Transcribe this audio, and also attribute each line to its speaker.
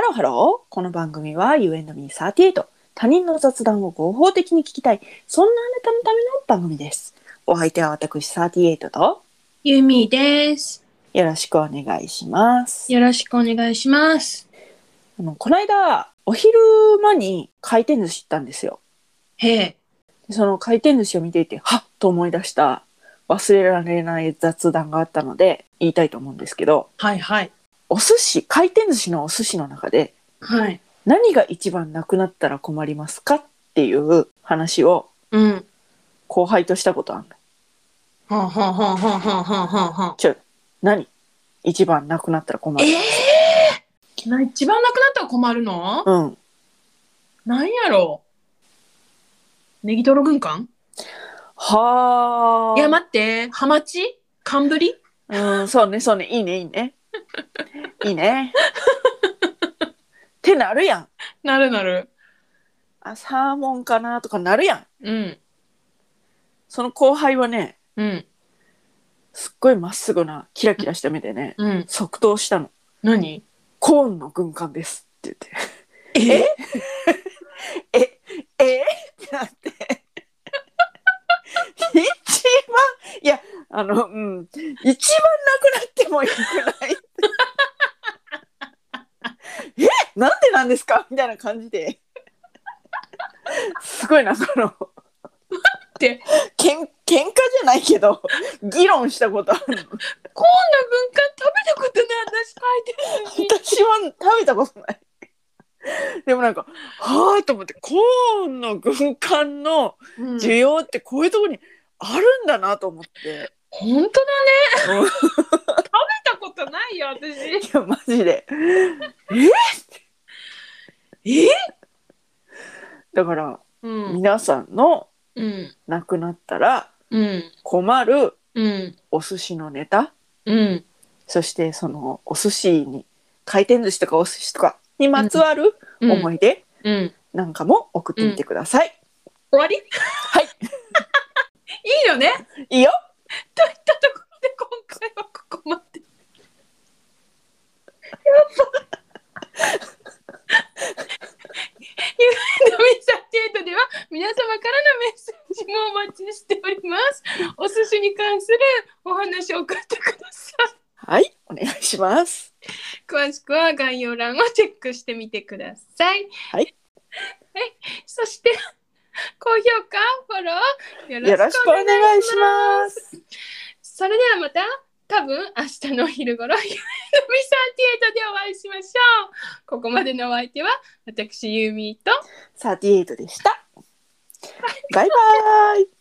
Speaker 1: ロハローこの番組は You and me38 他人の雑談を合法的に聞きたいそんなあなたのための番組ですお相手は私38と
Speaker 2: ゆみです。
Speaker 1: よろしくお願いします
Speaker 2: よろしくお願いします。
Speaker 1: あのこの間お昼間に回転寿司行ったんですよ
Speaker 2: へえ。
Speaker 1: でその回転寿司を見ていてはっと思い出した忘れられない雑談があったので言いたいと思うんですけど
Speaker 2: はいはい。
Speaker 1: お寿司回転寿司のお寿司の中で
Speaker 2: はい。
Speaker 1: 何が一番なくなったら困りますかっていう話を
Speaker 2: うん。
Speaker 1: 後輩としたことあるの
Speaker 2: はんはんはんはんはんはんはんはん。
Speaker 1: ちょ何一番なくなったら困る、
Speaker 2: えな一番なくなったら困るの、
Speaker 1: うん
Speaker 2: なんやろネギトロ軍艦
Speaker 1: はあ
Speaker 2: いや、待って。ハマチ寒ぶり
Speaker 1: うんそうねそうねいいねいいねいい ねってなるやん
Speaker 2: なるなる。
Speaker 1: あサーモンかなとかなるやん
Speaker 2: うん。
Speaker 1: その後輩はね
Speaker 2: うん。
Speaker 1: すっごいまっすぐなキラキラした目でね
Speaker 2: うん。
Speaker 1: 即答したの
Speaker 2: 何
Speaker 1: 「コーンの軍艦です」って言っ
Speaker 2: え
Speaker 1: て「ええ ってなって一番いやあのうん一番なくなってもよくない えなんでなんですかみたいな感じですごいなんか あの
Speaker 2: て
Speaker 1: けん喧 嘩じゃないけど議論したことあるの
Speaker 2: コーンの軍艦食べたことない私書いてる
Speaker 1: 私は食べたことないでもなんかはあと思ってコーンの軍艦の
Speaker 2: のに。
Speaker 1: 需
Speaker 2: うん
Speaker 1: 要ってこういうとこにあるんだなと思って、
Speaker 2: 本当だ
Speaker 1: うんい
Speaker 2: 見たことないよ、私。
Speaker 1: やマジで
Speaker 2: え
Speaker 1: だから
Speaker 2: うん。
Speaker 1: 皆さんの
Speaker 2: うん。
Speaker 1: なくなったら
Speaker 2: うん。
Speaker 1: 困る
Speaker 2: うん。
Speaker 1: お寿司のネタ
Speaker 2: うん。
Speaker 1: そしてそのお寿司に回転寿司とかお寿司とかにまつわる思
Speaker 2: い。
Speaker 1: い出
Speaker 2: うん。
Speaker 1: なんかも送ってみてください、
Speaker 2: 終わりはいい いよね
Speaker 1: いいよ
Speaker 2: といったところで今回はここまで。 やばい。ゆうのみさテートでは皆様からのメッセージもお待ちしております。お寿司に関するお話を送ってください。
Speaker 1: はいお願いします
Speaker 2: 詳しくは概要欄をチェックしてみてください。
Speaker 1: はい。
Speaker 2: はい、そして高評価、フォローよ
Speaker 1: よろしくお願いします
Speaker 2: それではまた多分明日のお昼頃ゆうのみさんティエイトでお会いしましょうここまでのお相手は私ゆうみーと
Speaker 1: 38でした。バイバイ。